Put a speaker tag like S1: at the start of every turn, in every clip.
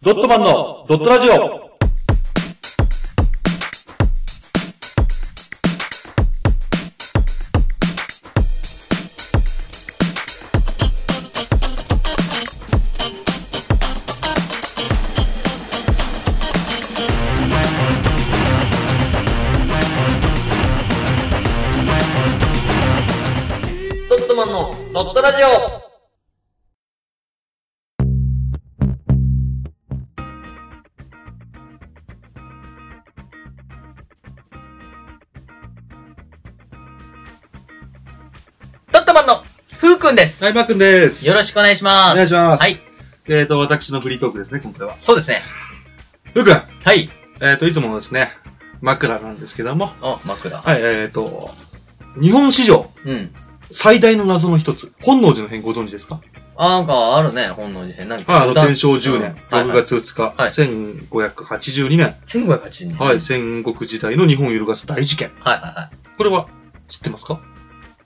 S1: ドットマンのドットラジオ
S2: ドットマンのドットラジオドットマンのふうくんです。
S3: はい、ばくんです。
S2: よろしくお願いしま
S3: お願い
S2: す。
S3: します。
S2: はい。
S3: えっ、と、私のフリートークですね、今回は。
S2: そうですね。
S3: ふうくん、
S2: はい。
S3: えっ、と、いつものですね、枕なんですけども、
S2: あ、枕。
S3: はい、えっ、と、日本史上
S2: うん。
S3: 最大の謎の一つ、本能寺の変ご存知ですか
S2: あ、なんかあるね、本能寺変。なんか。
S3: はい、あの、天正10
S2: う
S3: 年
S2: ん、はい
S3: 6月2日、
S2: はい
S3: 1582年、
S2: 1580年。
S3: はい、戦国時代の日本を揺るがす大事件。
S2: はいはいは
S3: これは、知ってますか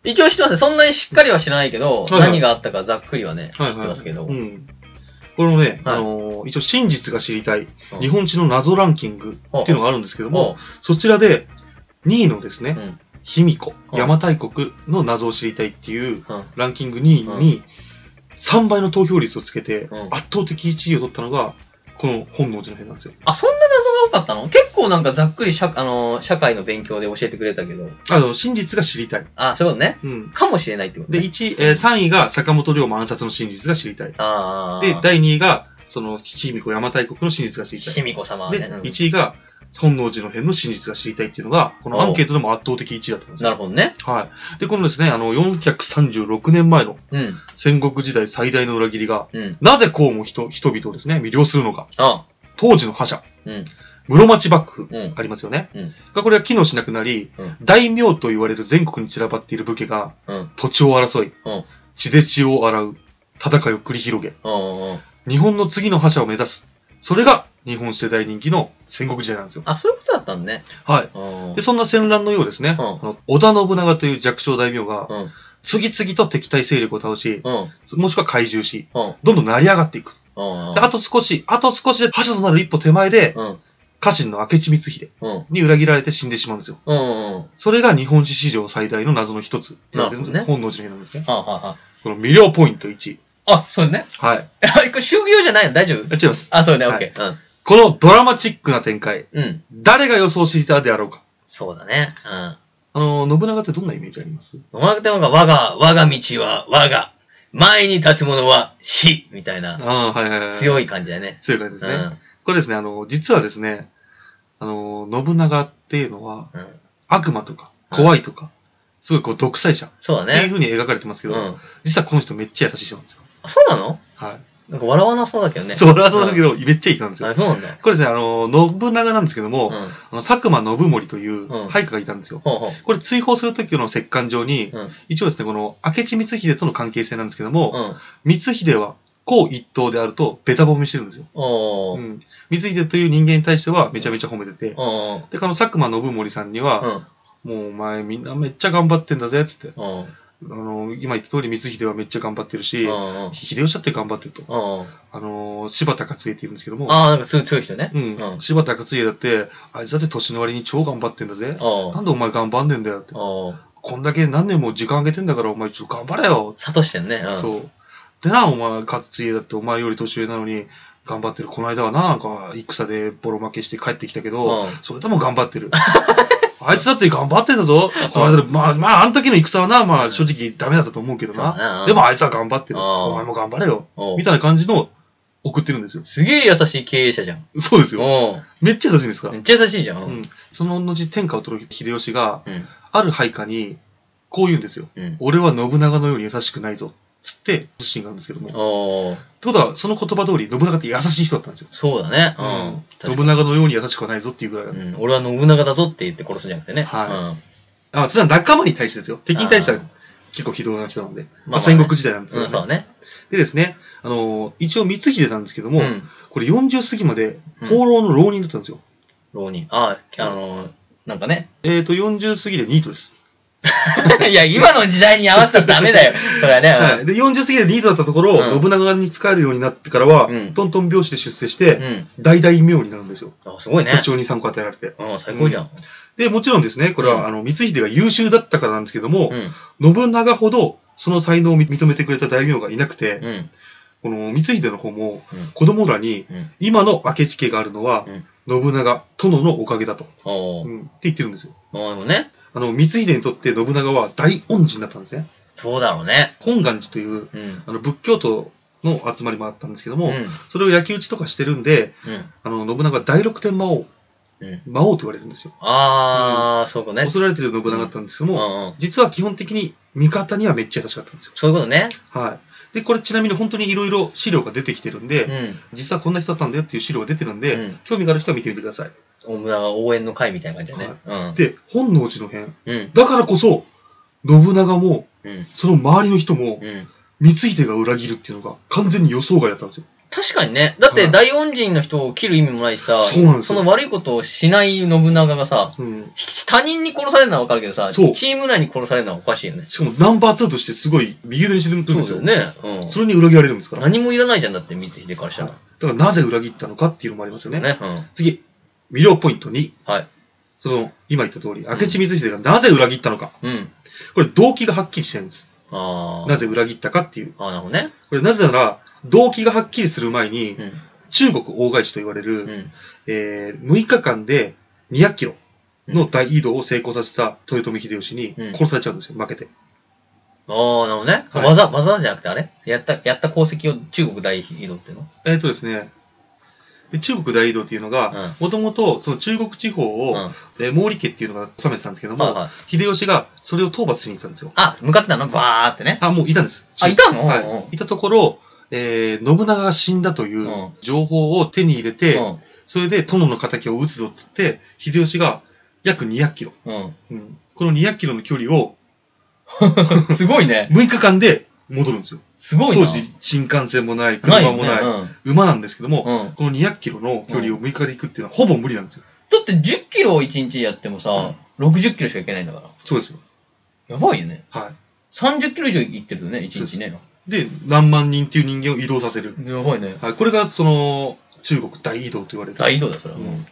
S2: い。一応知ってますね。そんなにしっかりは知らないけど、
S3: はいはい
S2: 何があったかざっくりはね、知
S3: はい、
S2: ってますけど。
S3: うん。これもね、
S2: はい
S3: あのー一応真実が知りたい、
S2: うん
S3: 日本史の謎ランキングっていうのがあるんですけども、
S2: も
S3: そちらで、2位のですね
S2: う、、うん。
S3: 卑弥呼、
S2: うん
S3: 邪馬台国の謎を知りたいっていう
S2: うん
S3: ランキング2位に3倍の投票率をつけて
S2: うん
S3: 圧倒的1位を取ったのがこの本能寺の変なんですよ。
S2: あ、そんな謎が多かったの結構なんかざっくり社あのー社会の勉強で教えてくれたけど。
S3: あの、真実が知りたい。
S2: あ、そういうことね。
S3: うん。
S2: かもしれないってこと
S3: で、
S2: ね。
S3: 1位、えー3位が坂本龍馬暗殺の真実が知りたい。で、
S2: ああ。
S3: 第2位がその卑弥呼邪馬台国の真実が知りた。
S2: 卑弥呼様はいね。
S3: で、
S2: うん
S3: 1位が本能寺の変の真実が知りたいっていうのが、このアンケートでも圧倒的1位だったんです
S2: な
S3: よ。
S2: るほどね。
S3: はい。で、このですね、あの、436年前の
S2: うん。
S3: 戦国時代最大の裏切りが、
S2: うん。
S3: なぜこうも人人々をですね、魅了するのか。
S2: あ
S3: 当時の覇者、
S2: うん。
S3: 室町幕府、
S2: うん。
S3: ありますよね。
S2: うん
S3: がこれは機能しなくなり、
S2: うん
S3: 大名と言われる全国に散らばっている武家が
S2: うん。
S3: 土地を争い、
S2: うん
S3: 血で血を洗う、戦いを繰り広げ、
S2: うんうん。
S3: 日本の次の覇者を目指す。それが日本史で大人気の戦国時代なんですよ。
S2: あ、そういうことだったんね。
S3: はい。
S2: うん
S3: で、。そんな戦乱のようですね、
S2: うん
S3: この織田信長という弱小大名が、
S2: うん。
S3: 次々と敵対勢力を倒し、
S2: うん。
S3: もしくは怪獣し、
S2: うん。
S3: どんどん成り上がっていく。
S2: うん。
S3: で、あと少し、あと少しで覇者となる一歩手前で、
S2: うん。
S3: 家臣の明智光秀
S2: うん。
S3: に裏切られて死んでしまうんですよ。
S2: うん。うん。は
S3: それが日本史史上最大の謎の一つ。
S2: なるほどね
S3: 本能寺の変なんですね。
S2: あ、は
S3: この魅了ポイント1。
S2: あ、はあ。あ、そうね。
S3: はい。
S2: あれ、これ、修行じゃないの大丈夫
S3: 違います。
S2: あ、そうね、オ
S3: は
S2: ッ
S3: い
S2: ケー。
S3: このドラマチックな展開、
S2: うん。うん。
S3: 誰が予想していたであろうか。
S2: そうだね。うん。
S3: あのー、信長ってどんなイメージあります
S2: 野村君が我が、我が道は我が、前に立つ者は死みたいな、
S3: ああ、はいはいはい。
S2: 強
S3: い。
S2: い感じだよね。
S3: 強い感じです
S2: う
S3: ね。
S2: ん。
S3: これですね、あのー、実はですね、あのー、信長っていうのは、
S2: うん
S3: 悪魔とか、怖いとか、すごいこう、独裁者っ
S2: そうだ
S3: ていう
S2: ね。
S3: 風に描かれてますけ
S2: う
S3: ど、
S2: ん。
S3: 実はこの人めっちゃ優しい人なんですよ。
S2: そうなの
S3: はい。
S2: なんか笑わなそうだけどね。
S3: そう、俺はそうだけど、めっちゃいい人なんです
S2: あ、
S3: よ。
S2: そうなんだ。
S3: これですね、あの、信長なんですけども、
S2: うん。
S3: あの佐久間信盛という
S2: うん
S3: 配下がいたんですよ。
S2: ほうほ
S3: これ追放する時の折棺上に、
S2: う。うん。
S3: 一応ですね、この明智光秀との関係性なんですけども、
S2: うん。
S3: 光秀は公一党であるとべた褒めしてるんですよ。
S2: お
S3: う
S2: ー。
S3: ん。光秀という人間に対してはめちゃめちゃ褒めてて、
S2: おー。
S3: で、この佐久間信盛さんに
S2: う
S3: は、
S2: ん。
S3: もうお前みんなめっちゃ頑張ってんだぜ、つって。
S2: うん。うん。
S3: あの、今言った通り光秀はめっちゃ頑張ってるし、
S2: うん
S3: 秀吉だって頑張ってると。
S2: うん。
S3: あの、柴田勝家っていうんですけども、
S2: あー、なんか強い強い人ね。
S3: うん。柴田勝家だって、あいつだって年の割に超頑張ってんだぜ。
S2: お
S3: な
S2: ー。
S3: んでお前頑張んねんだよって。
S2: おー。
S3: こんだけ何年も時間あげてんだからお前ちょっと頑張れよ。
S2: 悟してんね。うん。う。
S3: そう。でな、お前勝家だってお前より年上なのに頑張ってる。この間はな、なんか戦でボロ負けして帰ってきたけど、
S2: うん。
S3: それでも頑張ってる。 あいつだって頑張ってんだぞ。この間の、まあまあ、あの時の戦はな、まあ正直ダメだったと思うけど
S2: そう
S3: な。
S2: だね。
S3: でもあいつは頑張ってる。
S2: うん
S3: お前も頑張れよ。
S2: うん、お
S3: み
S2: ー
S3: たいな感じの送ってるんですよ。
S2: すげえ優しい経営者じゃん。
S3: そうですよ。
S2: おー。
S3: めっちゃ優しいんですから
S2: め。っちゃ優しいじゃん。う。
S3: うんん、その後天下を取る秀吉が、
S2: うん。
S3: ある配下に、こう言うんですよ。
S2: うん。
S3: 俺は信長のように優しくないぞ。つって、シーンがあるんですけども。って
S2: おー。
S3: ことは、その言葉通り、信長って優しい人だったんですよ。
S2: そうだね。
S3: う
S2: う
S3: ん
S2: ん。
S3: 信長のように優しくはないぞっていうぐらいだね、
S2: うん、俺は信長だぞって言って殺すんじゃなくてね。
S3: はい
S2: うん
S3: あ、それは仲間に対してですよ。敵に対しては
S2: あー
S3: 結構非道な人なんで。
S2: あ
S3: まあ、戦国時代なんです
S2: う
S3: よ
S2: ん、
S3: ね。
S2: そうだね。
S3: でですね、あのー一応光秀なんですけども、
S2: うん、
S3: これ40過ぎまで、
S2: うん
S3: 放浪の浪人だったんですよ。
S2: 浪人。ああ、あのー、なんかね。
S3: えっ、と、40過ぎでニートです。
S2: いや、今の時代に合わせたらダメだよ。それはね。
S3: はいで、40過ぎでリードだったところ、
S2: うん
S3: 信長に仕えるようになってからは、
S2: うん
S3: トントン拍子で出世して、
S2: うん
S3: 大大名になるんですよ。
S2: あ、すごいね
S3: 途。中に3個与えられて。
S2: うん、最高じゃん。
S3: で、もちろんですね、これは、
S2: うん
S3: あの、光秀が優秀だったからなんですけども
S2: う、ん。
S3: 信長ほどその才能を認めてくれた大名がいなくて、
S2: うん。
S3: この光秀の方も
S2: うん、
S3: 子供らに、
S2: うん。
S3: 今の明智家があるのは、信長、殿のおかげだと、
S2: お
S3: う
S2: ー。
S3: んって言ってるんですよ。
S2: なるほどね。
S3: あの、光秀にとって信長は大恩人だったんですね。
S2: そうだろうね。
S3: 本願寺という、
S2: うん。うん。
S3: あの、仏教徒の集まりもあったんですけども、
S2: うん。
S3: それを焼き討ちとかしてるんで、あの、信長は第六天魔王、
S2: うん。
S3: 魔王と言われるんですよ。
S2: あー、そういうことね。
S3: 恐れられてる信長だったんですけど
S2: うん
S3: も、
S2: うん。
S3: 実は基本的に味方にはめっちゃ優しかったんですよ。
S2: そういうことね。
S3: はい。で、これちなみに本当にいろいろ資料が出てきてるんで、
S2: うん。
S3: 実はこんな人だったんだよっていう資料が出てるんで、
S2: うん
S3: 興味がある人は見てみてください。
S2: お村が応援の会みたいな感じだね。
S3: で、本能寺の変。
S2: うん。うん。
S3: だからこそ、信長も、
S2: うん。
S3: その周りの人も、
S2: うん。
S3: 光秀が裏切るっていうのが完全に予想外だったんですよ。
S2: 確かにね。だっ
S3: は
S2: て
S3: い
S2: 大恩人の人を切る意味もないしさ、
S3: そうなんですよ
S2: の悪いことをしない信長がさ、
S3: うん。
S2: 他人に殺されるのはわかるけどさ、チ
S3: そう
S2: ーム内に殺されるのはおかしいよね。
S3: しかもナンバー2としてすごい右腕にしてるんです
S2: そ
S3: よ。
S2: うだよね。
S3: それに裏切られるんですか
S2: うん。
S3: ら。
S2: 何もいらないじゃんだって、光秀からした
S3: はい
S2: ら。
S3: だからなぜ裏切ったのかっていうのもありますよね。
S2: ね。
S3: 次、魅了ポイント2。
S2: うん。はい。
S3: その、今言った通り、明智光秀がなぜ裏切ったのか。
S2: うん。
S3: これ動機がはっきりしてるんです。
S2: ああ。
S3: なぜ裏切ったかっていう。
S2: ああ、なるほどね。
S3: これなぜなら、動機がはっきりする前に
S2: う、ん。
S3: 中国大返しと言われる、
S2: うん。
S3: えー6日間で200キロの大移動を成功させた豊臣秀吉に
S2: うん
S3: 殺されちゃうんですよ、負けて。
S2: ああ、なるほどね。
S3: はい
S2: 技、技じゃなくてあれやった、やった功績を中国大移動っていうの
S3: えっ、とですね、で中国大移動っていうのが、もともとその中国地方を、
S2: うん。
S3: えー毛利家っていうのが治めてたんですけども、
S2: はいはい
S3: 秀吉がそれを討伐しに行ったんですよ。
S2: あ、向かってたのバーってね。
S3: あ、もういたんです。
S2: あ、いたの
S3: は
S2: うん
S3: い。いたところ、えー信長が死んだという
S2: うん
S3: 情報を手に入れて、
S2: うん
S3: それで殿の敵を討つぞっつって、秀吉が約200キロ。
S2: うん。
S3: うんこの200キロの距離を
S2: すごいね。
S3: 6日間で戻るんですよ。
S2: すごい
S3: 当
S2: な。
S3: 時、新幹線もな
S2: な
S3: い、
S2: い
S3: 車
S2: よ
S3: も
S2: ね
S3: ない、
S2: うん
S3: 馬なんですけども、
S2: うん
S3: この200キロの距離を6日で行くっていうのはほぼ無理なんですよ。
S2: だって10キロを1日やってもさ、60キロしかいけないんだから。
S3: そうですよ。
S2: やばいよね。
S3: は
S2: 30キロ以上いってるとね、1日ね。
S3: い。で、何万人っていう人間を移動させる。
S2: やばいね。
S3: はい、これが、その、中国大移動と言われる。
S2: 大移動だ、それは。
S3: うん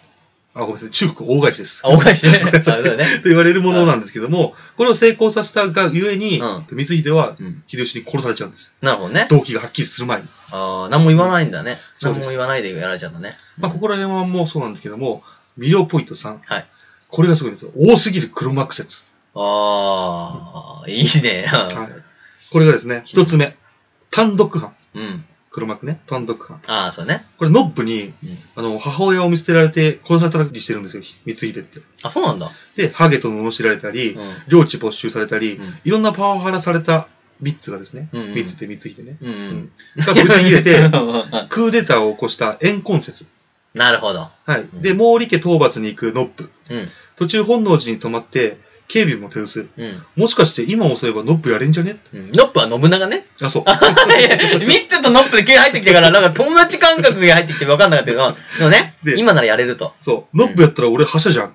S3: あ、ごめんなさい。中国大返しです。
S2: あ、おかしいね。 そうだよね。
S3: と言われるものなんですけども、これを成功させたがゆえに、
S2: うん
S3: 光秀は
S2: うん。
S3: 秀吉に殺されちゃうん です。
S2: なるほどね。
S3: 動機がはっきりする前に。
S2: ああ、何も言わないんだね。
S3: そう
S2: 何
S3: です
S2: も言わないでやられちゃうんだね。
S3: まあ、ここら辺はもうそうなんですけども、魅了ポイント3。
S2: はい。
S3: これがすごいんですよ。多すぎる黒幕説。
S2: ああ、いいね。
S3: はい。これがですね、一つ目。単独犯。
S2: うん。
S3: 黒幕ね。単独犯。
S2: ああ、そうね。
S3: これ、ノッブに、
S2: うん
S3: あの、母親を見捨てられて殺されたりしてるんですよ、光秀って。
S2: あ、そうなんだ。
S3: で、ハゲと罵られたり、
S2: う
S3: 領地没収されたり、
S2: うん
S3: いろんなパワハラされたビッツがですね、
S2: うんうん
S3: ビッツって光秀ね。
S2: ん。うん。
S3: がぶち切れ て、
S2: うん
S3: クーデターを起こした怨恨説。
S2: なるほど。
S3: はい。
S2: ん
S3: で、毛利家討伐に行くノップ。
S2: うん。
S3: 途中本能寺に泊まって、警備も手薄。
S2: うん。
S3: もしかして今遅ればノップやれんじゃね
S2: うんノップは信長ね。
S3: あ、そう。
S2: いや ミッツとノップで急に入ってきてから、なんか友達感覚が入ってきて分かんなかったけど、でもね、
S3: で
S2: 今ならやれると。
S3: そう。ノップやったら俺覇者じゃん。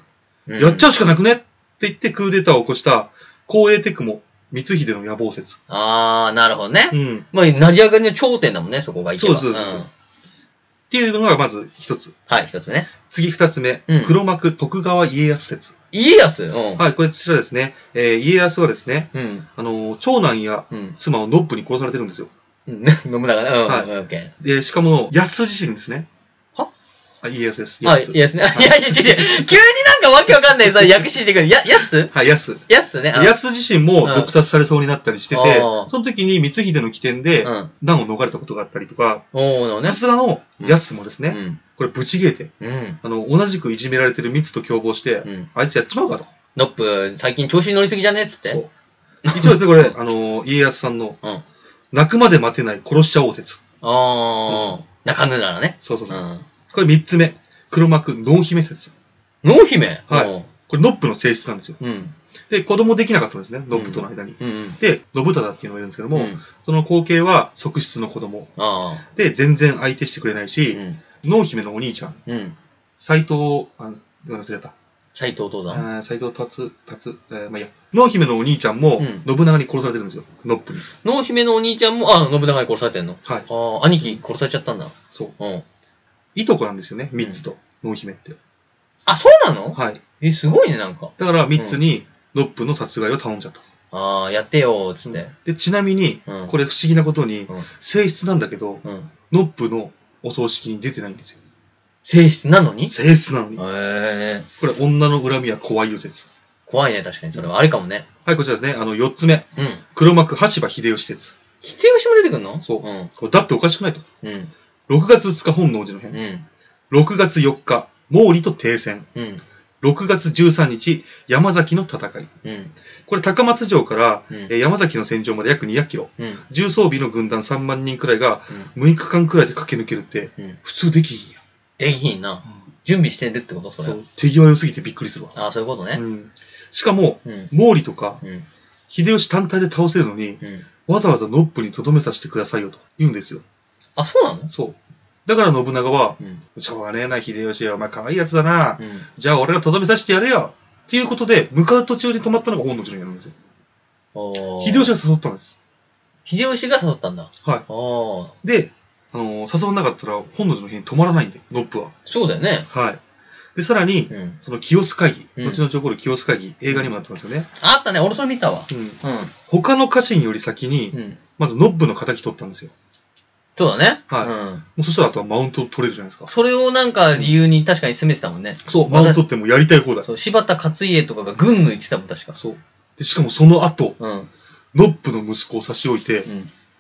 S2: うん
S3: やっちゃうしかなくねって言ってクーデターを起こした、光栄テクモ、光秀の野望説。
S2: あー、なるほどね
S3: う。ん。っ
S2: まあ、成り上がりの頂点だもんね、そこが一番。
S3: そうそうそうんていうのがまず一つ。
S2: はい、一つね。
S3: 次二つ目、
S2: うん
S3: 黒幕徳川家康説。
S2: 家康うん。
S3: はい、これこちらですね、えー家康はですね、
S2: うん。
S3: あのー長男や
S2: うん。
S3: 妻をノップに殺されてるんですよ。
S2: うん信長ね。うん。
S3: はい
S2: オッケー。
S3: で、しかも、安自身ですね。
S2: は
S3: あ、家康です。
S2: あ、
S3: 安。
S2: イエスね。いやいや、違う違う。急になんかわけわかんないさ、訳してくる。や、やす
S3: はい、安。
S2: やすね。あ
S3: 安自身も毒殺されそうになったりしてて
S2: うんあ、ー
S3: その時に光秀の起点で
S2: う、ん。
S3: 難を逃れたことがあったりとか、
S2: おー、なるほどね
S3: さ。すがの安もです
S2: う
S3: ね、
S2: ん。
S3: これぶち切れて、
S2: うん。
S3: あの、同じくいじめられてる密と共謀して、
S2: うん。
S3: あいつやっちまうかと。
S2: ノップ、最近調子に乗りすぎじゃねっつって。
S3: そう一応ですね、これ、あのー家康さんの、
S2: うん。
S3: 泣くまで待てない殺しちゃおう説。
S2: あー、中村だね。
S3: そうそう
S2: う
S3: そう。
S2: ん。
S3: これ三つ目、黒幕、濃姫説。
S2: 濃姫
S3: はいこれ、ノップの性質なんですよ。
S2: い。うん。
S3: で、子供できなかったんですね、ノップとの間に。
S2: うんうん。
S3: で、信忠っていうのがいるんですけども、
S2: うん
S3: その後継は側室の子供。
S2: ああ。
S3: で、全然相手してくれないうし、
S2: ん。
S3: 濃姫のお兄ちゃん、
S2: うん。
S3: 斎藤、あ、忘れた。
S2: 斎藤登山。
S3: 斎藤達、達、えーまあいいや、濃姫のお兄ちゃんも、
S2: うん
S3: 信長に殺されてるんですよ。ノップに。
S2: 濃姫のお兄ちゃんも、あ、信長に殺されてんの。
S3: はい。
S2: ああ、兄貴殺されちゃったんだ。
S3: そう。
S2: うん。
S3: いとこなんですよね、三つと、濃姫って。
S2: あ、そうなの
S3: はい。
S2: え、すごいね、なんか。
S3: だから三つに、ノップの殺害を頼んじゃった。
S2: ああ、やってよ、つって。
S3: で、ちなみに、
S2: うん。
S3: これ不思議なことに、
S2: うん
S3: 性質なんだけど、
S2: うん。
S3: ノップのお葬式に出てないんですよ。
S2: 性質なのにへ
S3: 性質なのに。こ
S2: え。
S3: れ、女の恨みは怖いよ説。
S2: 怖いね、確かに。それはあれかもね。
S3: はい、こちらですね。あの、四つ目。
S2: うん。
S3: 黒幕、羽柴秀吉説。
S2: 否定をしても出てくんの
S3: そう
S2: うん。
S3: これだっておかしくないと。
S2: うん。
S3: 6月2日、本能寺の変。
S2: うん。
S3: 6月4日、毛利と停戦。
S2: うん。
S3: 6月13日、山崎の戦い。
S2: うん。
S3: これ、高松城から、
S2: うん
S3: えー山崎の戦場まで約200キロ。
S2: うん。
S3: 重装備の軍団3万人くらいが、6日間くらいで駆け抜けるって、
S2: うん。
S3: 普通できひんや。
S2: できひんな。
S3: うん
S2: 準備してるってことそれ
S3: そ。う手際良すぎてびっくりするわ。
S2: ああ、そういうことね。
S3: うん、しかも、
S2: うん。
S3: 毛利とか、
S2: うん。
S3: 秀吉単体で倒せるのに、
S2: うん。
S3: わざわざノップにとどめさせてくださいよと言うんですよ。
S2: あ、そうなの
S3: そう。だから信長は、
S2: うん。
S3: しょうがねえな、秀吉よ。お前可愛いやつだな。
S2: うん。
S3: じゃあ俺がとどめさせてやれよ。っていうことで、向かう途中で止まったのが本能寺の変なんですよ。
S2: おー
S3: 秀吉が誘ったんです。
S2: 秀吉が誘ったんだ。
S3: は
S2: おー
S3: い。で、あのー誘わなかったら本能寺の変に止まらないんで、ノップは。
S2: そうだよね。
S3: はい。で、さらに、
S2: うん。
S3: その清須会議、
S2: うん
S3: 後々起こる清須会議、映画にもなってますよね。
S2: あったね、俺それ見たわ。
S3: うん。
S2: う
S3: 他の家臣より先に、
S2: ん。うん。
S3: まずノッブの敵取ったんですよ。
S2: そうだね。
S3: はい
S2: うん。
S3: もうそしたらあとはマウント取れるじゃないですか。
S2: それをなんか理由に確かに攻めてたもんね。
S3: そう、マウントってもうやりたい放題。
S2: そう、柴田勝家とかが群抜いてたもん、確か。
S3: そう。で、しかもその後、
S2: うん。うん。
S3: ノッブの息子を差し置いて、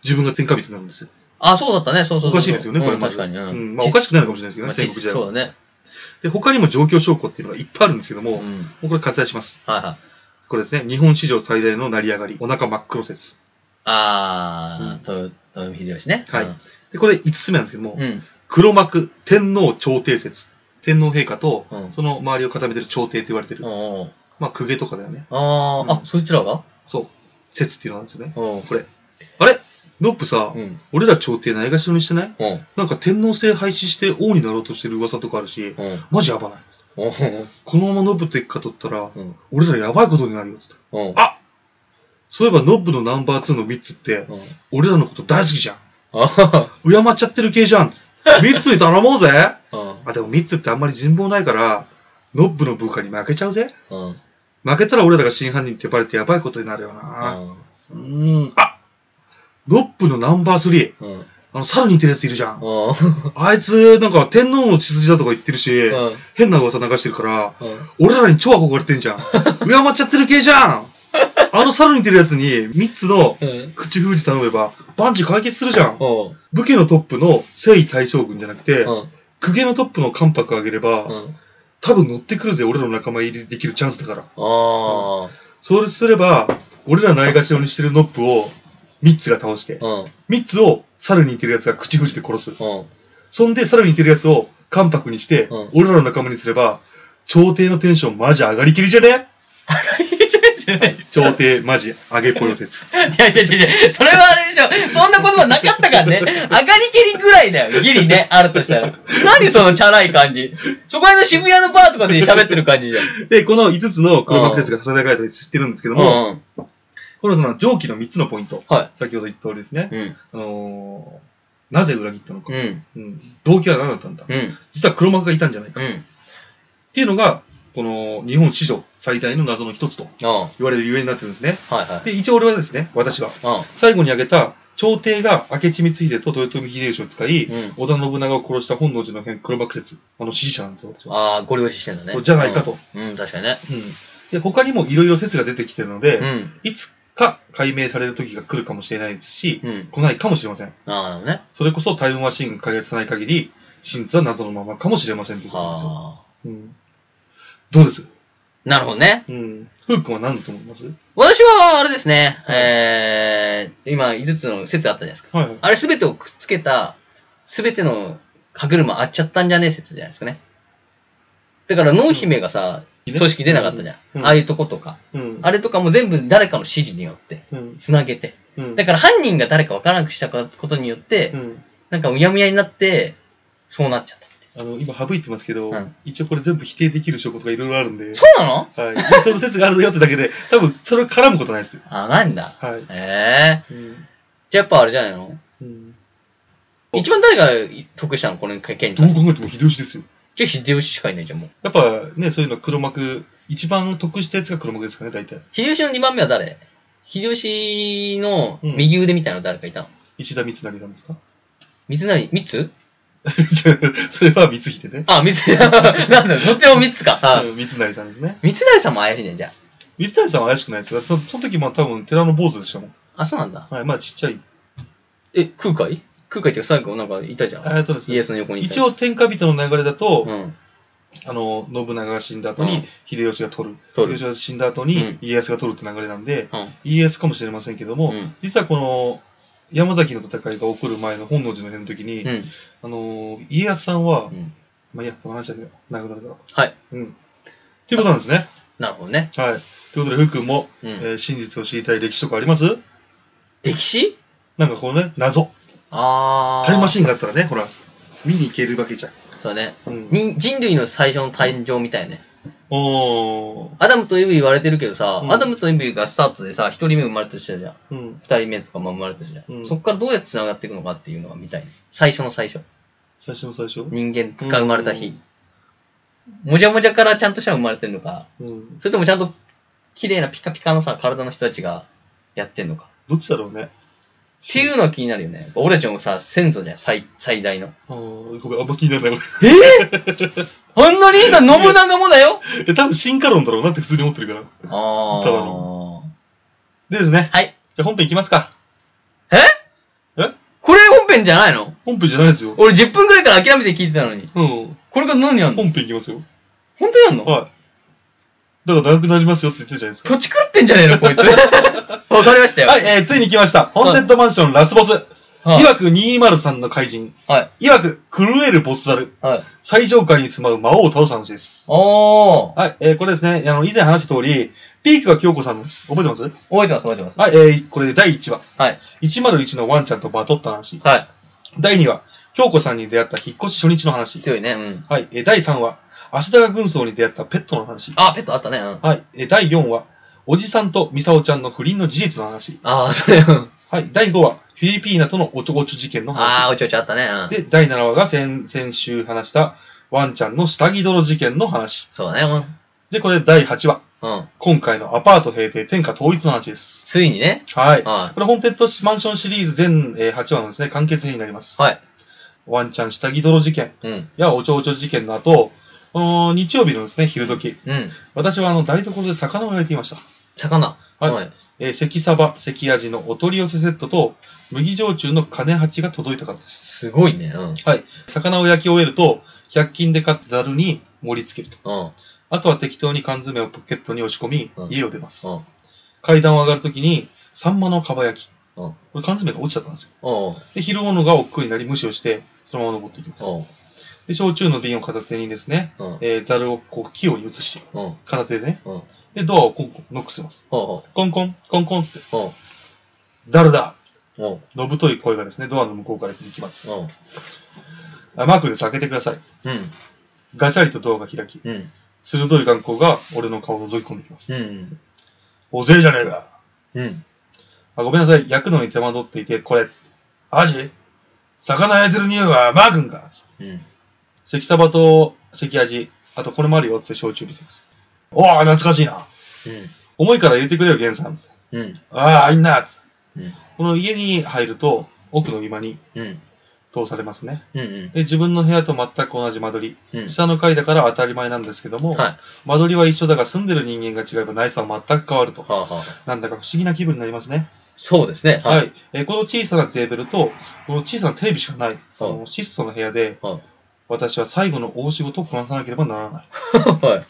S3: 自分が天下人になるんですよ。
S2: あ、そうだったね、そうそうそう
S3: おかしいですよね、これ
S2: うん
S3: ま
S2: 確か
S3: ず。
S2: に。う
S3: うん
S2: ん。
S3: まあおかしくないのかもしれないですけど
S2: まあ
S3: ね、戦国時代は。
S2: そうだね。
S3: で、他にも状況証拠っていうのがいっぱいあるんですけど
S2: う
S3: も、も
S2: ん。
S3: うこれ割愛します。
S2: はいはい。
S3: これですね、日本史上最大の成り上がり、お腹真っ黒説。
S2: あー、と、豊臣秀吉ね。
S3: はいで、これ5つ目なんですけども、
S2: うん。うん。
S3: 黒幕天皇朝廷説。天皇陛下と、
S2: うん
S3: その周りを固めてる朝廷と言われてる。
S2: おー
S3: まあ、公家とかだよね。
S2: あー、
S3: う
S2: あ、そいつらが
S3: そう。説っていうのなんですよね。
S2: おー
S3: これ。あれノップさ、
S2: うん。
S3: 俺ら朝廷ないがしろにしてない
S2: うん。
S3: なんか天皇制廃止して王になろうとしてる噂とかあるし、
S2: うん。
S3: マジやばない。
S2: うん。
S3: このままノブ敵か取ったら、
S2: うん。
S3: 俺らやばいことになるよ、つって。
S2: うん。
S3: あそういえばノブのナンバー2のミッツって、
S2: うん
S3: 俺らのこと大好きじゃん。
S2: あはは
S3: 敬っちゃってる系じゃん、つって。ミッツに頼もうぜ
S2: う
S3: あ、でもミッツってあんまり人望ないから、ノブの部下に負けちゃうぜ。
S2: ん。うん。
S3: 負けたら俺らが真犯人ってバレてやばいことになるよな。うーん、あノップのナンバー3。
S2: うん。うん。
S3: あの、猿に似てるやついるじゃん。
S2: うん。
S3: あいつ、なんか天皇の血筋だとか言ってるし、変な噂流してるから、
S2: うん。
S3: 俺らに超憧れて んじゃん。上っちゃってる系じゃんあの猿に似てるやつに、三つの
S2: うん。
S3: 口封じ頼めば、万事解決するじゃん。
S2: おう
S3: 武家のトップの征夷大将軍じゃなくて
S2: う、ん。
S3: 公家のトップの関白あげれ
S2: う
S3: ば、
S2: ん。
S3: 多分乗ってくるぜ、俺らの仲間入りできるチャンスだから。
S2: あ
S3: それすれば、俺らないがしろにしてるノップを、三つが倒して
S2: あ。、うん。
S3: 三つを猿に似てるやつが口封じで殺す。
S2: うん。
S3: そんで、さらに似てるやつを関白にして、
S2: うん
S3: 俺らの仲間にすれば、朝廷のテンションマジ上がりきりじゃね朝廷マジ上げっぽいの説。
S2: いや、違う違う違う。それはあれでしょ。そんな言葉なかったからね。上がりきりぐらいだよ。ギリね。あるとしたら。何そのチャラい感じ。そこら辺の渋谷のバーとかで喋ってる感じじゃん。
S3: で、この5つの黒幕説がささやかれたりしてるんですけども、
S2: ん。
S3: このその上記の3つのポイント。
S2: は
S3: 先ほど言った通りですね。
S2: い。うん。
S3: あのー、なぜ裏切ったのか
S2: う。ん。
S3: うん動機は何だったんだ。
S2: うん。
S3: 実は黒幕がいたんじゃないか。
S2: う
S3: っ
S2: ん。
S3: ていうのが、この日本史上最大の謎の一つと
S2: うん。はい
S3: 言われるゆえになってるんですね。
S2: は。
S3: で、一応俺はですね、私はい
S2: うん。
S3: 最後に挙げた朝廷が明智光秀と豊臣秀吉を使い、
S2: うん
S3: 織田信長を殺した本能寺の変黒幕説、あの支持者なんですよ、私は。
S2: ああ、ご了承してんだね
S3: そう。じゃないかと
S2: うん。うん、確かにね。
S3: うん。で、他にもいろいろ説が出てきてるので、
S2: うん。
S3: いつか解明される時が来るかもしれないですし、
S2: うん。
S3: 来ないかもしれません。
S2: ああ、ね。
S3: それこそタイムマシン開発さない限り、真実は謎のままかもしれませんということなんですよ。
S2: はあ。
S3: うん、どうです
S2: なるほどね。
S3: うん。ふうくんは何だと思います
S2: 私は、あれですね、
S3: はい
S2: えー、今、5つの説あったじゃないですか。
S3: はいはい。
S2: あれすべてをくっつけた、すべての歯車あっちゃったんじゃねえ説じゃないですかね。だから、濃姫がさ、
S3: うん
S2: 組織出なかったじゃん。
S3: うん
S2: ああいうとことか。
S3: うん。
S2: あれとかも全部誰かの指示によって、
S3: うん。
S2: つなげて。
S3: うん。
S2: だから犯人が誰かわからなくしたことによって、
S3: うん。
S2: なんかうやむやになって、そうなっちゃったっていう
S3: あの、今省いてますけど、
S2: うん
S3: 一応これ全部否定できる証拠とかいろいろあるんで、
S2: そうなの
S3: はい。でその説があるよってだけで、多分それは絡むことないです。
S2: あ、ないんだ。
S3: はい。
S2: ええ
S3: うん
S2: じゃあやっぱあれじゃないの
S3: うんお
S2: 一番誰が得したのこの件に
S3: どう
S2: 関して。
S3: 考えても秀吉ですよ。
S2: じゃあ秀吉しかいないじゃん、もう。
S3: やっぱね、そういうの黒幕、一番得したやつが黒幕ですかね、大体。
S2: 秀吉の2番目は誰秀吉の右腕みたいなの誰かいたの、
S3: 石田三成なんですか
S2: 三成、三つ
S3: じゃあそれは光秀ね。
S2: あ、三つ、 なんだ、どっちも三つか。あ
S3: うん三成さんですね。
S2: 三成さんも怪しいね、じゃ
S3: 三成さんは怪しくないですよ。そその時も多分寺の坊主でしたもん。
S2: あ。あ、そうなんだ。
S3: はい、まあちっちゃい。
S2: え、空海空海って最後なんかいたじゃん。
S3: えっとです
S2: イエ
S3: ね。
S2: スの横にいた。
S3: 一、応天下人の流れだと、
S2: うん。
S3: あの、信長が死んだ後
S2: うん
S3: に、秀吉が取る。
S2: 取る
S3: 秀吉が死んだ後
S2: うん
S3: に、家康が取るって流れなんで、
S2: うん。
S3: 家康かもしれませんけども、
S2: うん
S3: 実はこの、山崎の戦いが起こる前の本能寺の変の時に、
S2: うん。
S3: あの、家康さんは
S2: う、ん。
S3: まあ、いや、この話はね長くなるだろ
S2: はい。
S3: う。うん。っていうことなんですね。
S2: なるほどね。
S3: はい。ということで、福君も、
S2: うん
S3: えー真実を知りたい歴史とかあります
S2: 歴史
S3: なんかこうね、謎。
S2: あー。
S3: タイムマシンがあったらね、ほら、見に行けるわけじゃん。
S2: そうだね。
S3: うん。
S2: 人人類の最初の誕生みたいね。
S3: おー。
S2: アダムとイブ言われてるけどさ、
S3: うん
S2: アダムとイブがスタートでさ、一人目生まれたとしてるじゃん。
S3: うん。
S2: 二人目とかも生まれたとしてるじゃん。
S3: うん
S2: そっからどうやって繋がっていくのかっていうのが見たい。最初の最初。
S3: 最初の最初。
S2: 人間が生まれた日。もじゃもじゃからちゃんとしたの生まれてんのか、
S3: うん。
S2: それともちゃんと綺麗なピカピカのさ、体の人たちがやってんのか。
S3: どっちだろうね。
S2: っていうのは気になるよね。俺たちもさ、先祖じゃん、最、最大の。
S3: うん。ごめん、あんま気にならない。
S2: ええ あんなにいいんだ信長もだよ
S3: 俺え、多分進化論だろうなって普通に思ってるから。
S2: あ
S3: ただ
S2: あ。
S3: でですね。
S2: はい。
S3: じゃあ本編いきますか。
S2: え
S3: え
S2: これ本編じゃないの
S3: 本編じゃないですよ。
S2: 俺10分くらいから諦めて聞いてたのに。
S3: うん。
S2: これから何やんの
S3: 本編いきますよ。
S2: 本当やんの
S3: はい。だから長くなりますよって言ってるじゃないですか。
S2: 土地狂ってんじゃねえ のこいつ。わかりましたよ。
S3: はい、えー、ついに来ました。ホーンテッドマンションラスボス。
S2: はい
S3: いわく203の怪人。
S2: はい。
S3: いわく狂えるボスザル。
S2: はい。
S3: 最上階に住まう魔王を倒す話です。
S2: おー。
S3: はい、えー、これですね、あの、以前話した通り、ピークが京子さんです。覚えてます
S2: 覚えてます、覚えてます。
S3: はい、えー、これで第1話。
S2: はい。
S3: 101のワンちゃんとバトった話。
S2: は
S3: 第2話、京子さんに出会った引っ越し初日の
S2: い。
S3: 話。
S2: 強いね。うん。
S3: はい、えー、第3話、足利軍曹に出会ったペットの話。
S2: あ、ペットあったね。うん。
S3: はい、えー、第4話、おじさんとミサオちゃんの不倫の事実の話。
S2: あー、それ、うん。
S3: はい、第5話、フィリピーナとのおちょこちょ事件の
S2: あー、
S3: 話。
S2: おちょちょあったね。うん。
S3: で、第7話が先先週話したワンちゃんの下着泥事件の話。
S2: そうだね。
S3: で、これで第8話、
S2: うん。うん。
S3: 今回のアパート平定天下統一の話です。
S2: ついにね。
S3: はい。
S2: は
S3: これ、ホーンテッドマンションシリーズ全えー8話のですね、完結編になります。
S2: い。はい。
S3: ワンちゃん下着泥事件
S2: うん。
S3: やおちょおちょ事件の後、この日曜日のですね、昼時、
S2: うん。
S3: 私はあの台所で魚を焼いていました。
S2: 魚。
S3: はい
S2: はい。
S3: えー関サバ、関味のお取り寄せセットと、麦焼酎の金八が届いたからです。
S2: すごいね。うん。
S3: はい。魚を焼き終えると、100均で買ったザルに盛り付けると。
S2: うん。
S3: あとは適当に缶詰をポケットに押し込み
S2: うん、
S3: 家を出ます。
S2: うん。
S3: 階段を上がるときに、サンマのかば焼き。
S2: うん
S3: これ缶詰が落ちちゃったんですよ。
S2: おう
S3: で、昼物が億劫になり無視をして、そのまま登っていきます。
S2: おう
S3: で、焼酎の瓶を片手にですね、
S2: うん。
S3: えー、ザルをこう、器用に移し、
S2: うん。おう
S3: 片手でね、
S2: うん
S3: で、ドアをコンコン、ノックします。
S2: おう
S3: コンコン、コンコンっつって、
S2: おう
S3: 誰だ
S2: おう
S3: のぶとい声がですね、ドアの向こうから行きます。
S2: おう
S3: あマークです、開けてください。
S2: うん。
S3: ガチャリとドアが開き、
S2: うん。
S3: 鋭い眼光が俺の顔を覗き込んできます。
S2: うん。
S3: おぜえじゃねえか。
S2: うん。
S3: あ、ごめんなさい、焼くのに手間取っていて、これっつって。アジ魚焼いてる匂いはマー君か
S2: うん。
S3: 関サバと関味、あとこれもあるよっつって焼酎見せます。おお、懐かしいな。重いから入れてくれよ、ゲンさんっつって。
S2: うん。
S3: ああ、入んなっつって
S2: うん。
S3: この家に入ると、奥の居間に
S2: うん。
S3: 通されますね。
S2: うん。うん。
S3: で、自分の部屋と全く同じ間取
S2: うん。
S3: り。下の階だから当たり前なんですけども、
S2: はい。
S3: 間取りは一緒だが住んでる人間が違えば内装は全く変わると。
S2: はあ、はあ、
S3: なんだか不思議な気分になりますね。
S2: そうですね。
S3: はい。。えーこの小さなテーブルと、この小さなテレビしかない、あの質素な部屋で、
S2: はい
S3: 私は最後の大仕事をこなさなければならない。
S2: は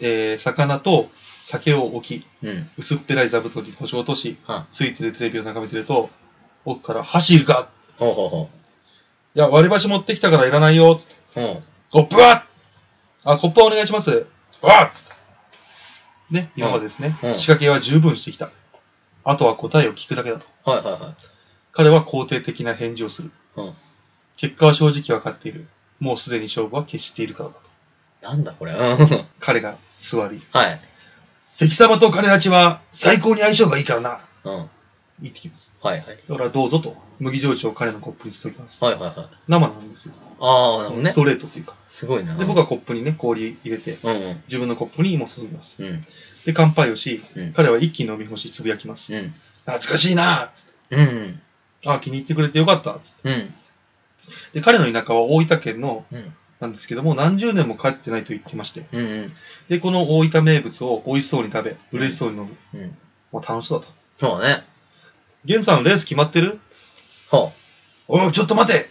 S3: えー魚と酒を置き、
S2: い。うん。
S3: 薄っぺらい座布団に腰を落とし、
S2: は
S3: ついてるテレビを眺めてると、奥から、箸いるか
S2: い。ほうほうほ
S3: いや、割り箸持ってきたからいらないよつって
S2: う。うん。
S3: コップはあ、コップはお願いします。わっつってね、今までですね、
S2: うんうん
S3: 仕掛けは十分してきた。あとは答えを聞くだけだと。
S2: はいはいはい。
S3: 彼は肯定的な返事をする。
S2: うん
S3: 結果は正直わかっている。もうすでに勝負は決しているからだと。
S2: なんだこれ。うん。は
S3: 彼が座り、
S2: い。
S3: 関様と彼たちは最高に相性がいいからな。
S2: うん。はい
S3: 言ってきます。
S2: はい。
S3: だからどうぞと、麦焼酎を彼のコップに注ぎます。
S2: はいはいはい。
S3: 生なんですよ。
S2: ああ、なるほどね
S3: ス。トレートっていうか。
S2: すごいな。
S3: で、僕はコップにね、氷入れて、
S2: うんうん。
S3: 自分のコップにも注ぎます。
S2: うん。
S3: で、乾杯をし、
S2: うん
S3: 彼は一気に飲み干し、つぶやきます。
S2: うん。
S3: 懐かしいなあつって
S2: うん。
S3: ああ、気に入ってくれてよかった。つって
S2: うん。
S3: で、彼の田舎は大分県の、
S2: うん。
S3: なんですけども、何十年も帰ってないと言ってまして。
S2: うん。うん。
S3: で、この大分名物を美味しそうに食べ、嬉しそうに飲む。
S2: うん。
S3: もう楽しそうだと。
S2: そうね。
S3: 源さん、レース決まってる
S2: ほ
S3: おい、ちょっと待て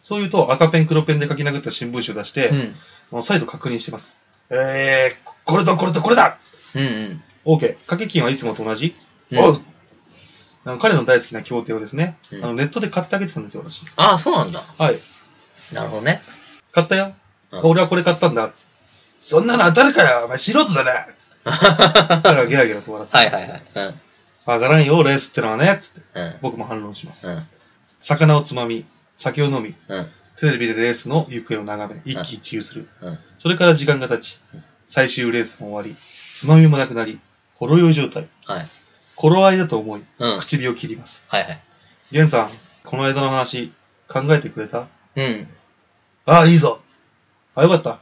S3: そう言うと、赤ペン、黒ペンで書き殴った新聞紙を出して、
S2: う。うん。
S3: もう再度確認してます。えー、これとこれとこれだ
S2: うんうん。
S3: !OK。掛け金はいつもと同じ、
S2: うん
S3: おうあの彼の大好きな協定をですね、
S2: うん
S3: あのネットで買ってあげてたんですよ、私。
S2: ああ、そうなんだ。
S3: はい。
S2: なるほどね。
S3: 買ったよ。
S2: うん
S3: 俺はこれ買ったんだ。そんなの当たるから、お前素人だ な。彼はゲラゲラと笑って。
S2: はいはいはい。
S3: 上がらんよ、レースってのはね。つって。
S2: うん。うん。
S3: 僕も反論します。
S2: うん。
S3: 魚をつまみ、酒を飲み、
S2: うん。
S3: テレビでレースの行方を眺め、一喜一憂する。
S2: うん。
S3: それから時間が経ち、最終レースも終わり、つまみもなくなり、ほろ酔い状態。
S2: はい。
S3: 頃合いだと思い、
S2: うん。はい
S3: 唇を切ります。
S2: はい。
S3: ゲンさん、この間の話、考えてくれた
S2: うん。
S3: ああ、いいぞ。あ、よかった。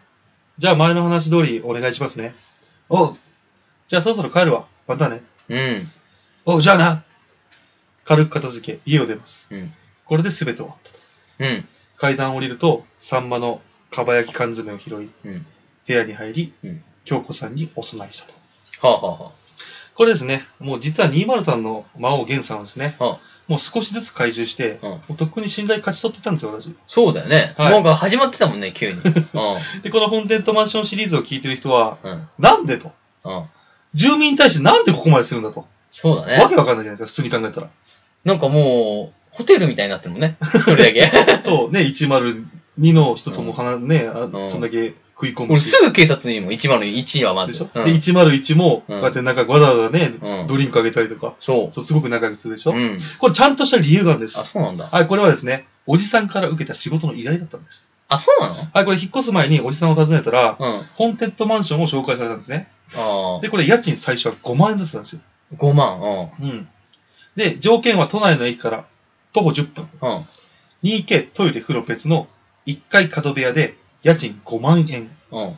S3: じゃあ前の話通りお願いしますね。おう。じゃあそろそろ帰るわ。またね。
S2: うん。
S3: おう、じゃあな。軽く片付け、家を出ます。
S2: うん。
S3: これで全て終わった。
S2: うん。
S3: 階段を降りると、サンマのかば焼き缶詰を拾い、
S2: うん。
S3: 部屋に入り、
S2: うん
S3: 京子さんにお供えしたと。
S2: はあは
S3: これですね、もう実は203の魔王源さんをですね、
S2: あはあ。
S3: もう少しずつ回収して、
S2: うん。
S3: もうとっくに信頼勝ち取ってたんですよ、私。
S2: そうだよね。
S3: はい
S2: なんか始まってたもんね、 急に。うん。
S3: で、この本店とマンションシリーズを聞いてる人は、
S2: うん。
S3: なんでと。
S2: うん。
S3: 住民に対してなんでここまでするんだと。
S2: そうだね。
S3: わけわかんないじゃないですか、普通に考えたら。
S2: なんかもう、ホテルみたいになってるもんね。一人だけ。
S3: そう、ね、102の人とも話、ね、あ
S2: うん
S3: そんだけ食い込む
S2: 俺
S3: し。
S2: すぐ警察にも101はま
S3: でし
S2: ず。
S3: ょ、
S2: うん
S3: で、101も、こ
S2: う
S3: うんやってなんかわざわざね、
S2: うん
S3: ドリンクあげたりとか、
S2: そう。
S3: そう、すごく仲良くするでしょ、
S2: うん。
S3: これちゃんとした理由があるんで
S2: あ、
S3: す。
S2: そうなんだ。
S3: はい、これはですね、おじさんから受けた仕事の依頼だったんです。
S2: あ、そうなの
S3: はい、これ引っ越す前におじさんを訪ねたら、
S2: うん。あ
S3: ホーンテッドマンションを紹介されたんですね。
S2: あ。
S3: で、これ家賃最初は5万円だったんですよ。
S2: 5万。う
S3: うん。で、条件は都内の駅から徒歩10分。
S2: ん。うん。
S3: 2K トイレ風呂別の1階角部屋で家賃5万円。
S2: うん。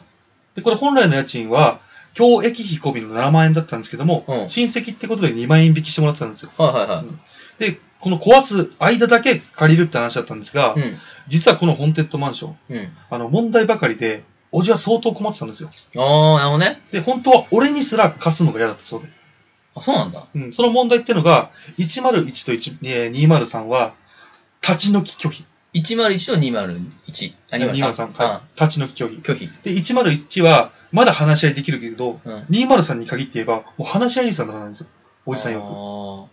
S3: で、これ本来の家賃は、教駅費込みの7万円だったんですけども、
S2: うん
S3: 親戚ってことで2万円引きしてもらってたんですよ。
S2: はいはいは
S3: で、この壊す間だけ借りるって話だったんですが、
S2: い。うん。
S3: 実はこのホーンテッドマンション、
S2: うん。
S3: あの、問題ばかりで、おじは相当困ってたんですよ。
S2: ああ、なるほどね。
S3: で、本当は俺にすら貸すのが嫌だったそうで。
S2: あ、そうなんだ。
S3: うん、その問題ってのが、101と1えー203は、立ち退き拒否。
S2: 101と201。あ、
S3: えー
S2: 203。
S3: 203、はい。立ち退き拒否
S2: うん。。拒否。
S3: で、101は、まだ話し合いできるけど、
S2: うん。
S3: 203に限って言えば、もう話し合いにさんならないんですよ。おじさんよく。
S2: ああ。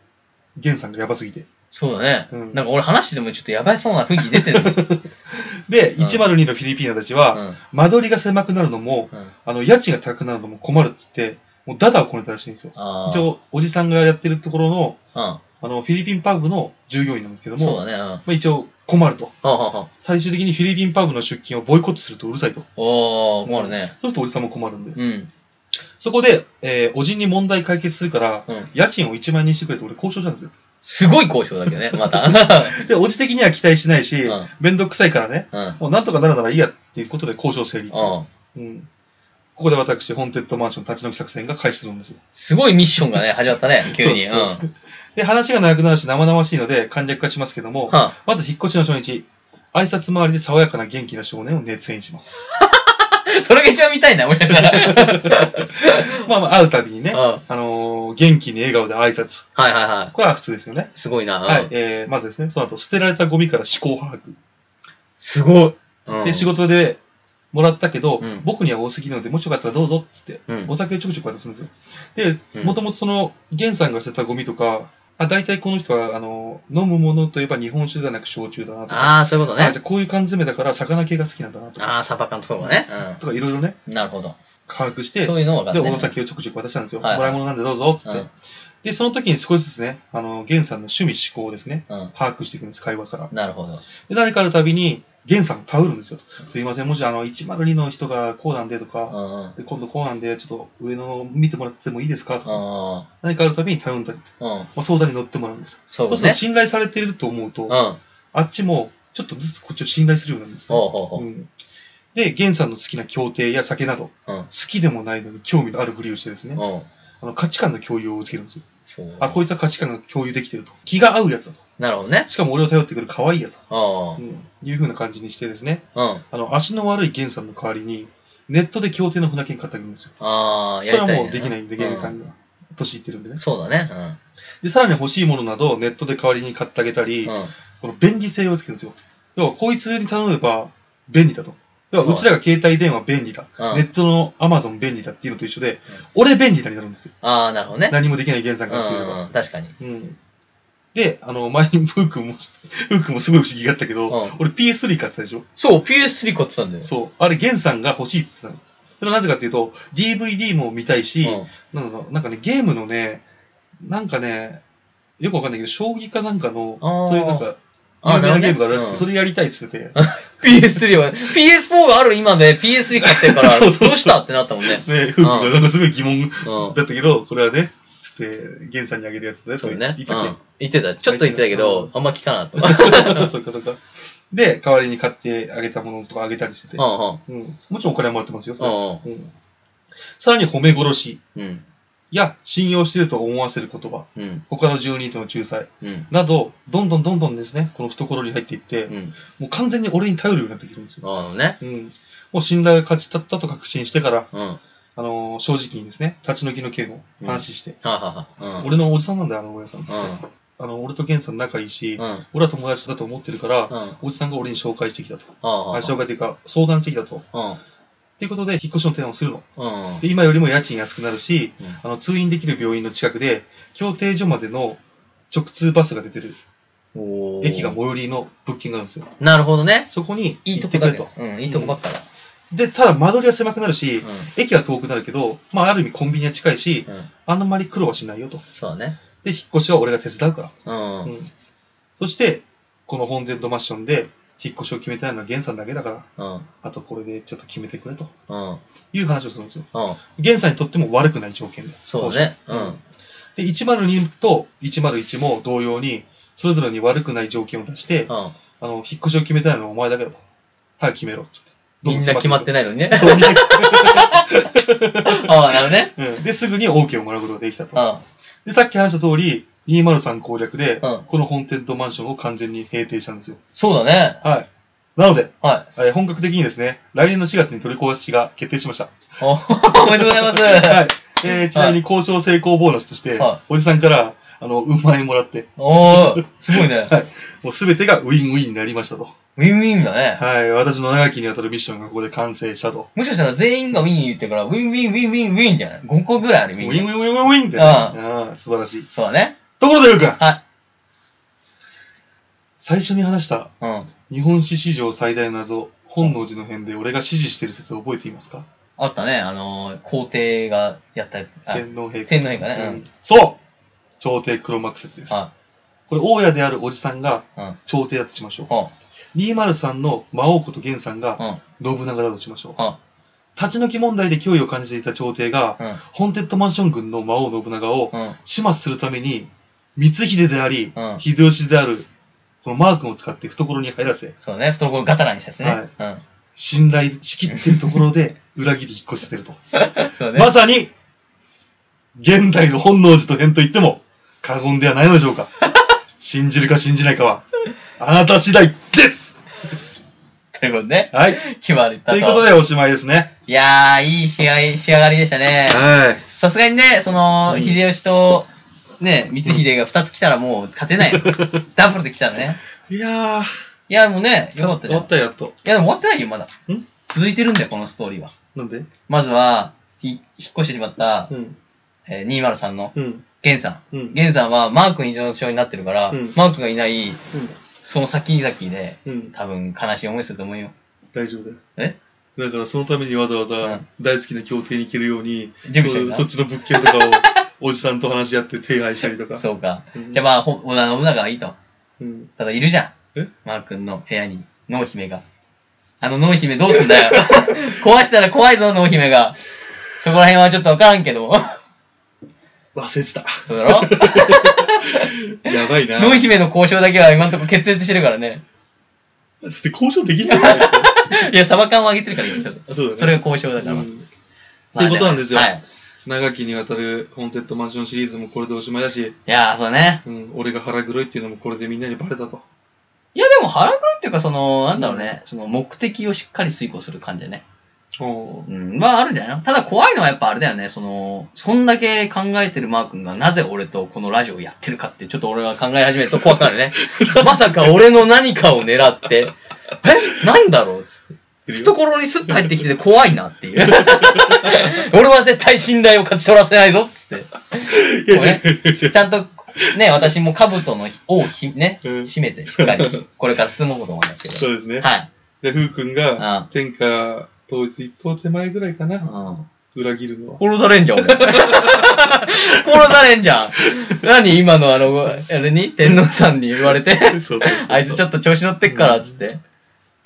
S3: 源さんがやばすぎて。
S2: そうだね。
S3: うん
S2: なんか俺話しててもちょっとやばいそうな雰囲気出て るもん。
S3: で、
S2: うん
S3: 102のフィリピーナたちは、間取りが狭くなるのも、
S2: うん。うん。
S3: あの、家賃が高くなるのも困るっつって、もうダダをこねたらしいんですよ。
S2: ああ。
S3: 一応、おじさんがやってるところの、
S2: う
S3: あの、フィリピンパブの従業員なんですけど
S2: ん。そうだ
S3: も、
S2: ね。うん。は
S3: まあ、一応困ると。
S2: あはあはあ。
S3: 最終的にフィリピンパブの出勤をボイコットするとうるさいと。
S2: おー、困るね。
S3: そうするとおじさんも困るんで。
S2: うん。
S3: そこで、えー、おじに問題解決するから、
S2: うん。
S3: 家賃を1万円にしてくれと俺交渉したんですよ。
S2: すごい交渉だけどね、また。
S3: で、おじ的には期待しないし、
S2: うん。うん。
S3: めんどくさいからね、
S2: うん。
S3: もうなんとかなるならいいやっていうことで交渉成立。
S2: うん
S3: うん。ここで私、ホーンテッドマンション立ち退き作戦が開始するんですよ。
S2: すごいミッションがね、始まったね、 急に。う
S3: そ
S2: ん。
S3: うですそうですで、話が長くなるし生々しいので簡略化しますけども、
S2: は
S3: まず引っ越しの初日、挨拶回りで爽やかな元気な少年を熱演します。
S2: あそれが一番見たいな、もしかした ら。うん。
S3: まあまあ、会うたびにね、
S2: はい
S3: あのー元気に笑顔で挨拶。
S2: はいは
S3: これは普通ですよね。
S2: い。すごいな。うん
S3: はい。えー、まずですね、その後、捨てられたゴミから思考把握。
S2: すごい。うん
S3: で、仕事でもらったけど、
S2: うん
S3: 僕には多すぎるので、もしよかったらどうぞっつって、
S2: うん
S3: お酒をちょくちょく渡すんですよ。で、
S2: うん
S3: もともとその、ゲンさんが捨てたゴミとか、あ、大体この人は、あの、飲むものといえば日本酒ではなく焼酎だなとか、
S2: ああ、そういうことね
S3: あじゃ。あこういう缶詰だから魚系が好きなんだなとか、
S2: ああ、サバ缶とかね。
S3: とかいろいろね、
S2: うん。なるほど。
S3: 把握して、
S2: そういうのが
S3: で、
S2: 分か
S3: お
S2: ってね。
S3: 酒をちょくちょく渡したんですよ。
S2: はい
S3: もらい物なんでどうぞっつって、
S2: うん
S3: で、その時に少しずつね、あの、ゲンさんの趣味思考をですね、
S2: うん。
S3: 把握していくんです、会話から。
S2: なるほど。
S3: で、何かあるたびに、ゲンさんタウるんですよ。すいません、もしあの、102の人がこうなんでと
S2: うん
S3: か、
S2: うん。
S3: で今度こうなんで、ちょっと上の見てもらってもいいですかとか、
S2: あ
S3: 何かあるたびにタウンだり、
S2: あ、うん。
S3: まあ、相談に乗ってもらうんですよ。
S2: そう
S3: そ
S2: ね。
S3: うすると信頼されてると思うと、
S2: うん。
S3: あっちもちょっとずつこっちを信頼するようになるんですね。
S2: ほうほうほう
S3: うんで、ゲンさんの好きな協定や酒など、
S2: うん
S3: 好きでもないのに興味のあるふりをしてですね、
S2: うん。
S3: あの価値観の共有をつけるんですよ。
S2: そう。
S3: あ、こいつは価値観が共有できてると。気が合うやつだと。
S2: なるほどね。
S3: しかも俺を頼ってくる可愛いやつだ
S2: あ
S3: と。うんいう風な感じにしてですね、
S2: あ、うん。
S3: あの、足の悪いゲンさんの代わりに、ネットで協定の船券買ってあげるんですよ。
S2: ああ、
S3: こ
S2: や
S3: れ
S2: り
S3: は
S2: たい、ね。
S3: もうできないんで、ゲンさ
S2: うん
S3: が。年いってるんでね
S2: ん。。そうだね。
S3: で、さらに欲しいものなどをネットで代わりに買ってあげた
S2: う
S3: り
S2: ん。、うん。
S3: この便利性をつけるんですよ。要は、こいつに頼めば便利だと。要は、うちらが携帯電話便利だ。
S2: うん
S3: ネットの Amazon 便利だっていうのと一緒で、俺便利だになるんですよ。
S2: ああ、なるほどね。
S3: 何もできない原
S2: う
S3: 産からすれ
S2: んう
S3: ば
S2: ん。。確かに。
S3: うん。で、あの、前にふーくんも、ふーくんもすごい不思議があったけど、
S2: うん
S3: 俺 PS3 買ってたでしょ
S2: そう、PS3 買ってたんだよ。
S3: そう。あれ、ゲンさんが欲しいって言ってたの。それはなぜかっていうと、DVD も見たいし、
S2: うん
S3: なんだろう、なんかね、ゲームのね、なんかね、よくわかんないけど、将棋かなんかの、
S2: あー
S3: そういうなんか、
S2: あ
S3: 有
S2: ーなるほ
S3: 名
S2: ど
S3: な
S2: ね
S3: ゲームがあるらしく
S2: う
S3: て、
S2: ん
S3: それやりたいって言ってて、
S2: PS3 は、PS4 がある今で PS3 買ってるから、ど
S3: そう
S2: う
S3: そうそう
S2: したってなったもんね。
S3: ね、ふうくんがなんかすごい疑問
S2: うん。
S3: だったけど、これはね、つって、ゲンさんにあげるやつだね、
S2: そ
S3: と
S2: う
S3: か
S2: ね。うん
S3: 言ったっけ。。
S2: 言ってた。ちょっと言ってたけ
S3: う
S2: ど
S3: ん、
S2: あんま聞かなかった。
S3: そうかそうか。で、代わりに買ってあげたものとかあげたりしてて、
S2: う
S3: うんもちろんお金はもらってますよ、それ
S2: ん
S3: は
S2: うん。うん
S3: うんさらに褒め殺し
S2: うん。
S3: や信用してると思わせる言葉、
S2: うん。
S3: 他の住人との仲裁
S2: うん。
S3: など、どんどんどんどんですね、この懐に入っていって、
S2: うん。
S3: もう完全に俺に頼るようになってきるんですよ。
S2: ああね。
S3: うん。もう信頼が勝ち立ったと確信してから、
S2: うん。は
S3: あのー正直にですね、立ち退きの件を話して、
S2: あはあはあ。
S3: 俺のおじさんなんだよ、あの親さんっつって、
S2: う
S3: あの、俺と源さん仲いいし、
S2: ん。うん。うん。
S3: 俺は友達だと思ってるから、
S2: あ
S3: おじさんが俺に紹介してきたと。
S2: あ。
S3: あ紹介というか、相談してきたと。
S2: う
S3: っていうことで、引っ越しの提案をするの。
S2: ん。うん。
S3: で今よりも家賃安くなるし、
S2: うん
S3: あの通院できる病院の近くで、協定所までの直通バスが出てる
S2: おー
S3: 駅が最寄りの物件があるんですよ。
S2: なるほどね。
S3: そこに
S2: いい
S3: 行
S2: とこ
S3: ってく
S2: だ
S3: れ
S2: け
S3: と。。
S2: うん、いいとこばっかだ。
S3: で、ただ間取りは狭くなるし、
S2: うん。
S3: 駅は遠くなるけど、まあある意味コンビニは近いし、
S2: うん。
S3: あんまり苦労はしないよと。
S2: そうだね。
S3: で、引っ越しは俺が手伝うから。
S2: うん。う。
S3: うんんそして、このホーンテッドマッションで引っ越しを決めたいのはゲンさんだけだから、
S2: うん。
S3: あとこれでちょっと決めてくれと
S2: うん。
S3: いう話をするんですよ。
S2: うん。
S3: ゲンさんにとっても悪くない条件で。
S2: そうだね。うん。
S3: で、102と101も同様に、それぞれに悪くない条件を出して、
S2: うん。
S3: あの、引っ越しを決めたいのはお前だけだと。はい、決めろ、つって。
S2: みんな決まって
S3: ない。
S2: ないのにね。
S3: そうみんな
S2: ああ、なるね。
S3: うんで、すぐに OK をもらうことができた
S2: う
S3: と。
S2: ん。
S3: で、さっき話した通り、203攻略で、
S2: うん
S3: このホーンテッドマンションを完全に閉店したんですよ。
S2: そうだね。
S3: はい。なので、
S2: はい。
S3: えー本格的にですね、来年の4月に取り壊しが決定しました。
S2: おおめでとうございます。
S3: はい。えーちなみに交渉成功ボーナスとして
S2: は、
S3: おじさんから、あの、運万円もらって、
S2: おー、すごいね。
S3: はい。もうすべてがウィンウィンになりましたと。
S2: ウィンウィンだね。
S3: はい。私の長きにわたるミッションがここで完成したと。
S2: もしかしたら全員がウィン言ってるから、ウィンウィンウィンウィンウィンじゃない ?5 個ぐらいあるウ
S3: ウ
S2: ィ
S3: ィ
S2: ンウ
S3: ンウ
S2: ィ
S3: ィ
S2: ン。
S3: ンウィンウィンって、ね。
S2: あ
S3: ああ、素晴らしい。
S2: そうだね。
S3: ところで、ゆうくん。
S2: はい。
S3: 最初に話した、
S2: うん。
S3: 日本史史上最大の謎、本能寺の変で俺が支持してる説を覚えていますか
S2: あったね、あのー、皇帝がやったやつ。あ、
S3: 天皇陛下。
S2: 天皇陛下ねうん
S3: そう朝廷黒幕説です。
S2: あ、
S3: これ、大家であるおじさんが
S2: うん。
S3: 朝廷だとしましょう。
S2: ほ
S3: 203の魔王こと源さん
S2: う、う
S3: が
S2: ん、うん、
S3: 信長だとしましょう。
S2: う
S3: 立ち退き問題で脅威を感じていた朝廷が、
S2: ん、
S3: ホーンテッドマンション軍の魔王信長を
S2: うん、
S3: 始末するために、光秀であり、
S2: うん
S3: 秀吉である、このマー君を使って懐に入らせ、
S2: そうね、懐をガタラにしたやつね。
S3: 信頼しきってるとこ ろで裏切り引っ越しさせると。
S2: うん。そうね。
S3: まさに、現代の本能寺と変と言っても過言ではないのでしょ うか。信じるか信じないかは、あなた次第です
S2: ということで、ね、
S3: はい。
S2: 決まりた
S3: ということでおしまいですね。
S2: いやー、いい試合、仕上がりでしたね。
S3: はい。
S2: さすがにね、その、
S3: うん
S2: 秀吉と、ね、光秀が2つ来たらもう勝て ないよ。ダブルで来たらね。
S3: いやー、
S2: いや、もうね、よかった
S3: 終
S2: じゃ
S3: わ
S2: ん。い
S3: ったよ、やっと。
S2: や、でも終わってないよ、まだ。
S3: ん
S2: 続いてるんだよ、このストーリーは。
S3: なんで
S2: まずは、ひ引っ越してしまった、
S3: うん。
S2: えー、203の、
S3: うん。
S2: ゲンさ。
S3: うんん。
S2: ゲンさんは、マーク異常症になってるから、
S3: うん
S2: マークがいない、
S3: うん。
S2: その先々で、
S3: うん。
S2: 多分悲しい思いすると思うよ。
S3: 大丈夫だよ。
S2: え
S3: だからそのためにわざわ
S2: う
S3: ざ
S2: ん
S3: 大好きな協定に行けるように、
S2: 準備してるんだ
S3: そそっちの物件と かをおじさんと話し合って手配したりとか。
S2: そうか。
S3: うん
S2: じゃあまあ、ほ織田信長はいいと。
S3: うん。
S2: ただいるじゃん。
S3: え
S2: マー君の部屋に。濃姫が。あの濃姫どうすんだ よ。壊したら怖いぞ、濃姫が。そこら辺はちょっとわからんけど。
S3: 忘れてた。
S2: そうだろ
S3: やばいな。
S2: 濃姫の交渉だけは今んとこ決裂してるからね。
S3: だって交渉できな いからね
S2: いや、サバ缶をあげてるから今ちょっと。
S3: そうだね
S2: それが交渉だから。
S3: うんってことなんですよ
S2: まあはい。
S3: 長きにわたるホーンテッドマンションシリーズもこれでおしまいだし、
S2: いやー、そうね。
S3: うん、俺が腹黒いっていうのもこれでみんなにバレたと。
S2: いや、でも腹黒いっていうか、その、なんだろうね。その目的をしっかり遂行する感じだね。
S3: おー
S2: うん、はあるんじゃないのただ怖いのはやっぱあれだよね、その、そんだけ考えてるマー君がなぜ俺とこのラジオをやってるかって、ちょっと俺が考え始めると怖くな るね。まさか俺の何かを狙って、えなんだろうつって。
S3: いるよ
S2: 懐にスッと入ってきてて怖いなって いう。俺は絶対信頼を勝ち取らせないぞっつって。
S3: いやいや
S2: これ ちゃんと、ね、私も兜の尾をひ、ね、
S3: うん
S2: 締めて、しっかり、これから進もうと思いますけ
S3: そ
S2: ど。
S3: うですね。
S2: はい。
S3: で、ふうくん
S2: うん
S3: が、天下統一一方手前ぐらいかな、
S2: うん
S3: 裏切るのは。
S2: 殺されんじゃん、 俺。殺されんじゃん。何今のあの、あれに天皇さんに言われて。
S3: そうそうそう
S2: あいつちょっと調子乗ってっから、つって。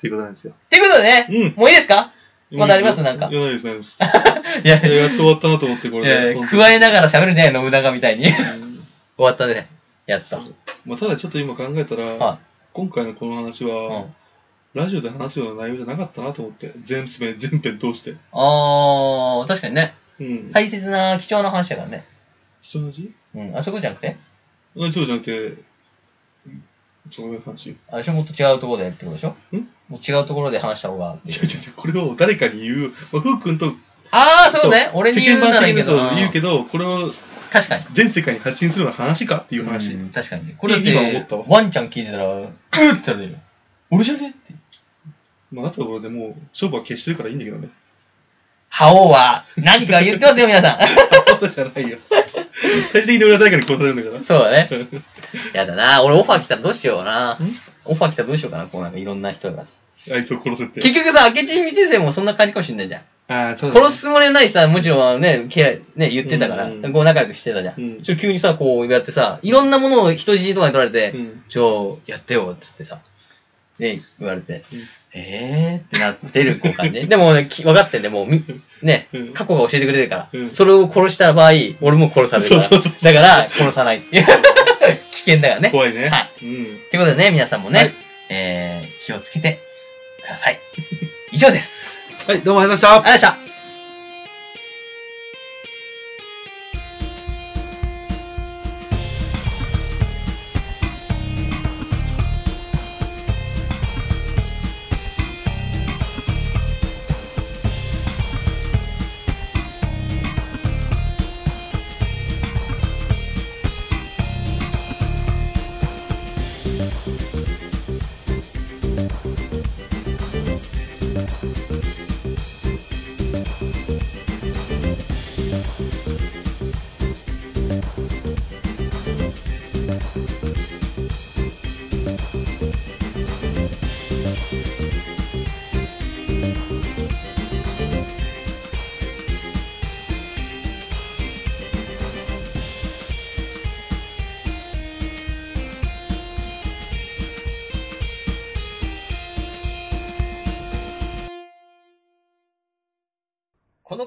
S2: っ
S3: っていうことなんですよ。
S2: てことでね、
S3: うん
S2: もういいですかまだありますなんか
S3: いや、ないです、ないです。
S2: いや、
S3: いや
S2: い
S3: やっと終わったなと思って、これ
S2: や
S3: で。
S2: い
S3: ほ
S2: や
S3: んと
S2: 加えながら喋るね、信長みたいに。終
S3: うん
S2: わったね。やった。
S3: まあ、ただちょっと今考えたら
S2: は、
S3: 今回のこの話
S2: い。うん
S3: は、ラジオで話すような内容じゃなかったなと思って、全編、全編通して。
S2: あー、確かにね。
S3: うん。い。
S2: 大切な貴重な話だからね。
S3: 人の字
S2: うん。あそこじゃなくて
S3: うん、そうじゃなくて、そこで話。違
S2: あれでしょもっと違うところでってことでしょ
S3: ん
S2: もう違うところで話した方が。
S3: う違う違う、これを誰かに言う。まあ、ふうくんと
S2: あー、そうね。俺に言うならいいけど。
S3: 世間話的にそう言うけど、これを
S2: 確かに。
S3: 全世界に発信するような話かっていう話。
S2: うん確かに。これだっ
S3: 今思った
S2: て
S3: わ、
S2: ワンちゃん聞いてたら、うーってなるよ。俺じゃねって。
S3: まあ、あとはこれでもう、勝負は消してるからいいんだけどね。
S2: 覇王は何か言ってますよ、皆さん。
S3: そうじゃないよ。最終的に俺は誰かに殺されるんだか ら。
S2: そうだね。 やだな。俺オファー来たらどうしような。
S3: ん
S2: オファー来たらどうしようかな。こうなんかいろんな人がさ。
S3: あいつを殺せって。
S2: 結局さ、明智光先生もそんな感じかもしんないじゃん。
S3: ああ、そうだ、ね。
S2: 殺すつもりはないしさ、もちろんね、嫌いね、言ってたから、
S3: うん
S2: こう仲良くしてたじゃん。
S3: うん
S2: ちょ急にさ、こう言われてさ、いろんなものを人質とかに取られて、
S3: うん
S2: ちょ、やってよ、つってさ、ね、言われて、えーってなってる子か ね。でもね、き分かってんで、もうみ、ね
S3: うん、
S2: 過去が教えてくれてるから、
S3: うん
S2: それを殺した場合、俺も殺されるから、
S3: そうそうそう
S2: だから殺さないっていう。 危険だからね。
S3: 怖いね。
S2: はい
S3: うん。
S2: ということでね、皆さんもね、
S3: はい
S2: えー、気をつけてください。以上です。
S3: はい、どうもありがとうございました
S2: ありがとうご。ざいました。この